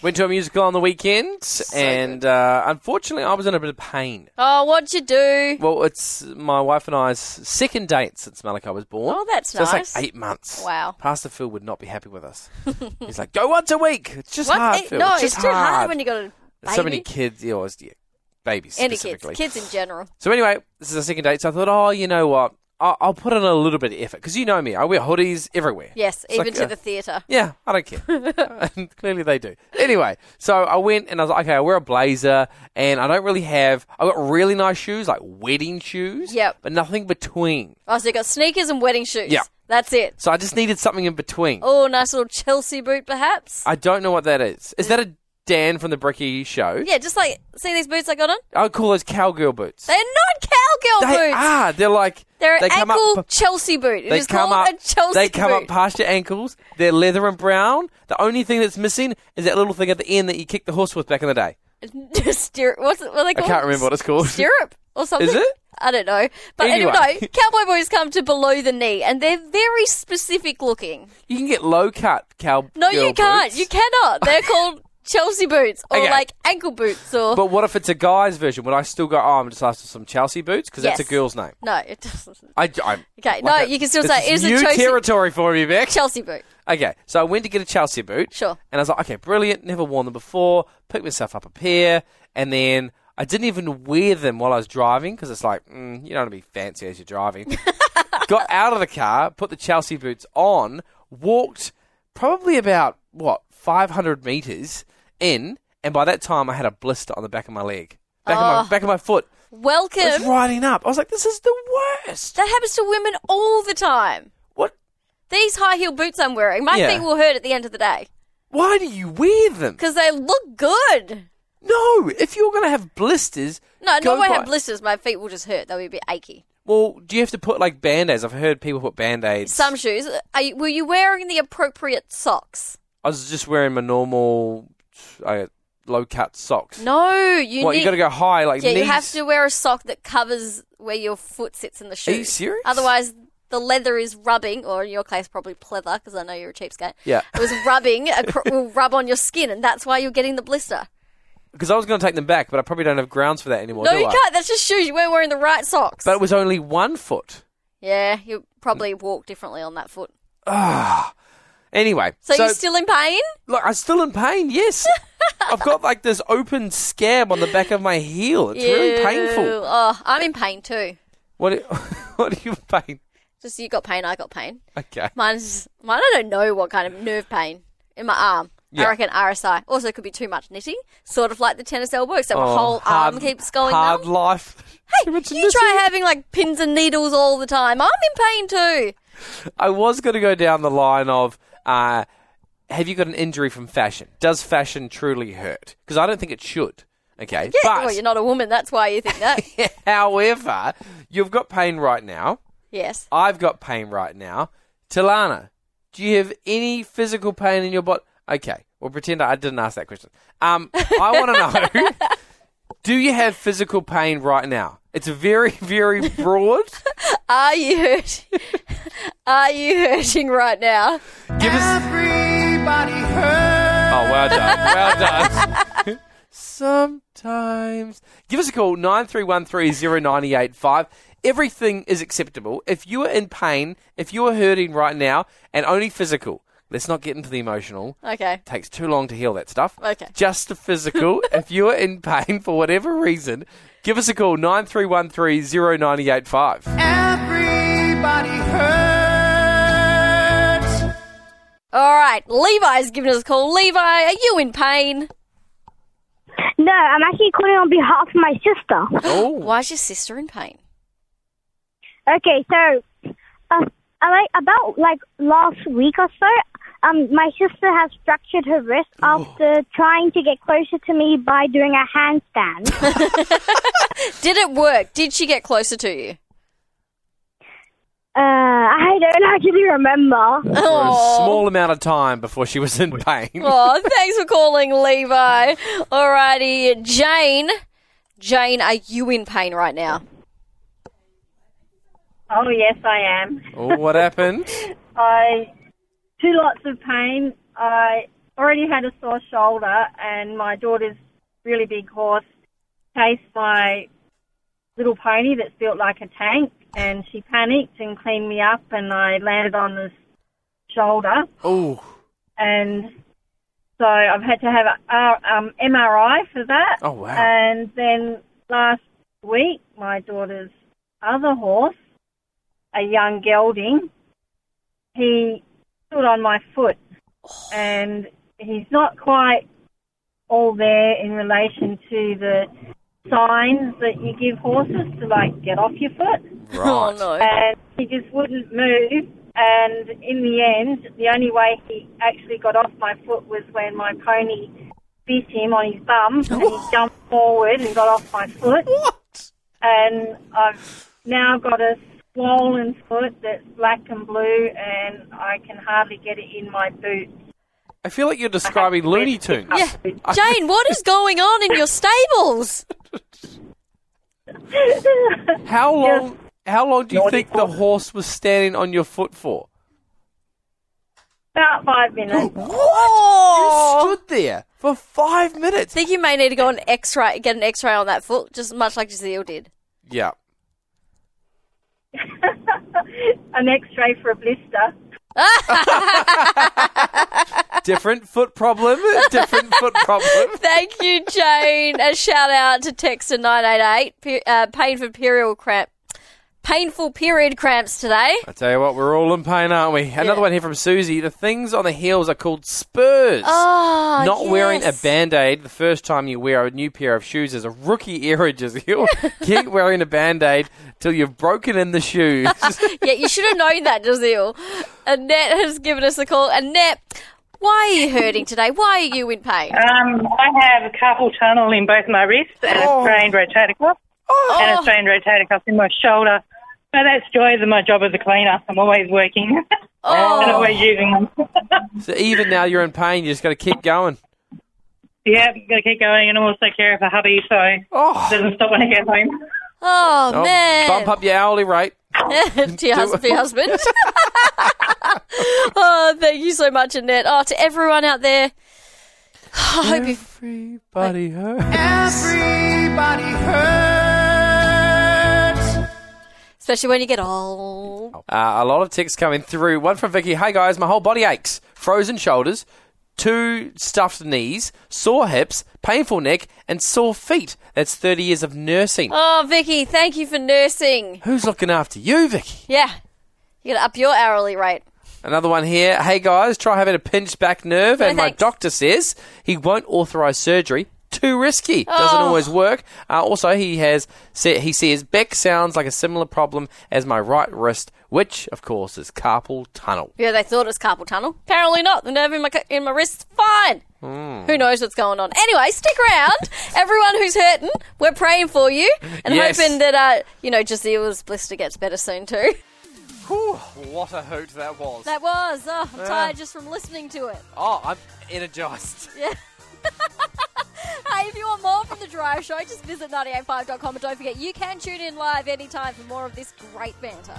Went to a musical on the weekend, and uh, unfortunately, I was in a bit of pain. Oh, what'd you do? Well, it's my wife and I's second date since Malachi was born. Oh, that's so nice. It's like eight months. Wow. Pastor Phil would not be happy with us. He's like, go once a week. It's just What? hard, It- Phil. no, it's it's, just too hard. when you got a baby. So many kids. Yeah, well, it's- yeah, babies any kids, specifically. kids in general. So anyway, this is a second date. So I thought, oh, you know what? I'll, I'll put in a little bit of effort because you know me. I wear hoodies everywhere. Yes, It's even like, to uh, the theatre. Yeah, I don't care. And Clearly they do. Anyway, so I went and I was like, okay, I wear a blazer and I don't really have. I got really nice shoes, like wedding shoes. Yep. But nothing between. Oh, so you got sneakers and wedding shoes. Yeah. that's it. So I just needed something in between. Oh, nice little Chelsea boot, perhaps. I don't know what that is. Is that a Dan from the Bricky show? yeah, just like see these boots I got on. I would call those cowgirl boots. They're not cowgirl They boots. are. They're like They're they an come ankle up, Chelsea boot. It They is come called up. a Chelsea they come boot. up past your ankles. They're leather and brown. The only thing that's missing is that little thing at the end that you kicked the horse with back in the day. Stirrup. What's it, what are they I called? can't remember what it's called. Stirrup or something. Is it? I don't know. But anyway, Anyway. no, cowboy boots come to below the knee, and they're very specific looking. You can get low cut cow. No, girl you can't. boots. You cannot. They're called Chelsea boots or Okay. like ankle boots or. But what if it's a guy's version? Would I still go? Oh, I'm just after some Chelsea boots because Yes. that's a girl's name. no, it doesn't. I, I'm, Okay, no, you can still this say it is is a new Chelsea- territory for me, Beck. Chelsea boot. Okay, so I went to get a Chelsea boot. Sure. And I was like, okay, brilliant. Never worn them before. Picked myself up a pair, and then I didn't even wear them while I was driving because it's like, mm, you don't want to be fancy as you're driving. Got out of the car, put the Chelsea boots on, walked probably about what 500 meters in, and by that time I had a blister on the back of my leg, back of my back of my foot. Welcome. It was riding up. I was like, this is the worst. That happens to women all the time. What? These high heel boots I'm wearing, my Yeah. feet will hurt at the end of the day Why do you wear them? because they look good. No, if you're going to have blisters, No, go no, I won't buy- have blisters. My feet will just hurt. They'll be a bit achy. Well, do you have to put like band aids? I've heard people put band aids. Some shoes. Are you, were you wearing the appropriate socks? I was just wearing my normal uh, low cut socks. No, you what need. you got to go high like yeah, knees. you have to wear a sock that covers where your foot sits in the shoe. Are you serious? Otherwise, the leather is rubbing, or in your case, probably pleather, because I know you're a cheapskate. Yeah. it was rubbing. acro- will rub on your skin, and that's why you're getting the blister. Because I was going to take them back, but I probably don't have grounds for that anymore. No, do you I? can't. That's just shoes. You weren't wearing the right socks. But Mm. it was only one foot. yeah, you probably walk differently on that foot. Anyway, So, you're still in pain? look, I'm still in pain. Yes, I've got like this open scab on the back of my heel. It's really Ew. painful. Oh, I'm in pain too. What? do- What do you pain? Just you got pain, I got pain. Okay. Mine's mine. I don't know what kind of nerve pain in my arm. Yeah. I reckon RSI. Also, could be too much knitting, sort of like the tennis elbow. So my Oh, whole arm hard- keeps going. Hard numb. life. Too much You try having like pins and needles all the time. I'm in pain too. I was going to go down the line of uh, have you got an injury from fashion? Does fashion truly hurt? Because I don't think it should. Okay. but, well, you're not a woman. That's why you think that. however, you've got pain right now. yes. I've got pain right now. Talana, do you have any physical pain in your body? Okay. Well, pretend I didn't ask that question. Um, I want to know do you have physical pain right now? It's very, very broad. Are you hurt? Are you hurting right now? Give us. Everybody hurts. Oh, well done. Well done. Sometimes. Give us a call, 93130985. Everything is acceptable. If you are in pain, if you are hurting right now, and only physical, let's not get into the emotional. Okay. Takes too long to heal that stuff. Okay. Just the physical. if you are in pain for whatever reason, give us a call, 93130985. Everybody hurts. All right. Levi's giving us a call. Levi, are you in pain? No, I'm actually calling on behalf of my sister. Oh, Why's your sister in pain? Okay, so uh, I like about like last week or so, um, my sister has fractured her wrist after trying to get closer to me by doing a handstand. Did it work? Did she get closer to you? Uh, I don't actually remember. For a Oh. small amount of time before she was in pain. Oh, thanks for calling, Levi. Alrighty, Jane. Jane, are you in pain right now? Oh yes, I am. Oh, what happened? I two lots of pain. I already had a sore shoulder, and my daughter's really big horse chased my little pony that's built like a tank, and she panicked and cleaned me up, and I landed on this shoulder, Oh, and so I've had to have a a- um, MRI for that. Oh, wow. And then last week, my daughter's other horse, a young gelding, he stood on my foot, and he's not quite all there in relation to the signs that you give horses to like get off your foot right. Oh no. and Um, he just wouldn't move. And in the end, the only way he actually got off my foot was when my pony bit him on his bum, and he jumped forward and got off my foot. What? And I've now got a swollen foot that's black and blue, and I can hardly get it in my boot. I feel like you're describing Looney Tunes. Yeah. Uh, Jane, what is going on in your stables? How long? How long do you Naughty think the horse was standing on your foot for? About five minutes. Oh. You stood there for five minutes. think you may need to go on X-ray, get an X-ray on that foot, just much like Giselle did. yeah. An X-ray for a blister. Different foot problem. Different foot problem. Thank you, Jane. A shout out to Texter nine eight eight. Uh, painful period cramp. Painful period cramps today. I tell you what, we're all in pain, aren't we? Another one here from Susie. The things on the heels are called spurs. Oh, Not yes. wearing a band aid the first time you wear a new pair of shoes is a rookie error, Giselle. Keep wearing a band aid till you've broken in the shoes. Oh. yeah, you should have known that, Giselle. Annette has given us a call. Annette, why are you hurting today? Why are you in pain? Um, I have a carpal tunnel in both my wrists and a strained rotator cuff Oh. and a strained rotator cuff in my shoulder. So that's joys of my job as a cleaner. I'm always working and Oh, always using them. so even now you're in pain, you just got to keep going. yeah, I'm going to keep going and I'm also care for hubby, so it Oh, doesn't stop when I get home. oh, Oh, man. bump up your hourly rate. to your husband. For your husband. oh, thank you so much, Annette. Oh, to everyone out there. I hope you Everybody hurt. Everybody hurts. Especially when you get old. Uh, a lot of texts coming through. One from Vicky. Hey guys, my whole body aches. Frozen shoulders, two stuffed knees, sore hips, painful neck, and sore feet. That's 30 years of nursing. Oh, Vicky, thank you for nursing. Who's looking after you, Vicky? Yeah. You gotta up your hourly rate. Another one here. Hey guys, try having a pinched back nerve, and my thanks. doctor says he won't authorize surgery. Too risky. Doesn't Oh. always work. Uh, also, he has said he says back sounds like a similar problem as my right wrist, which of course is carpal tunnel. Yeah, they thought it was carpal tunnel. Apparently not. The nerve in my, in my wrist's fine. Who knows what's going on? Anyway, stick around. Everyone who's hurting, we're praying for you and Yes. hoping that, uh, you know, Jazeera's blister gets better soon too. what a hoot that was. That was. Oh, I'm tired just from listening to it. Oh, I'm energized. Hey, if you want more from The Drive Show, just visit 985.com and don't forget you can tune in live anytime for more of this great banter.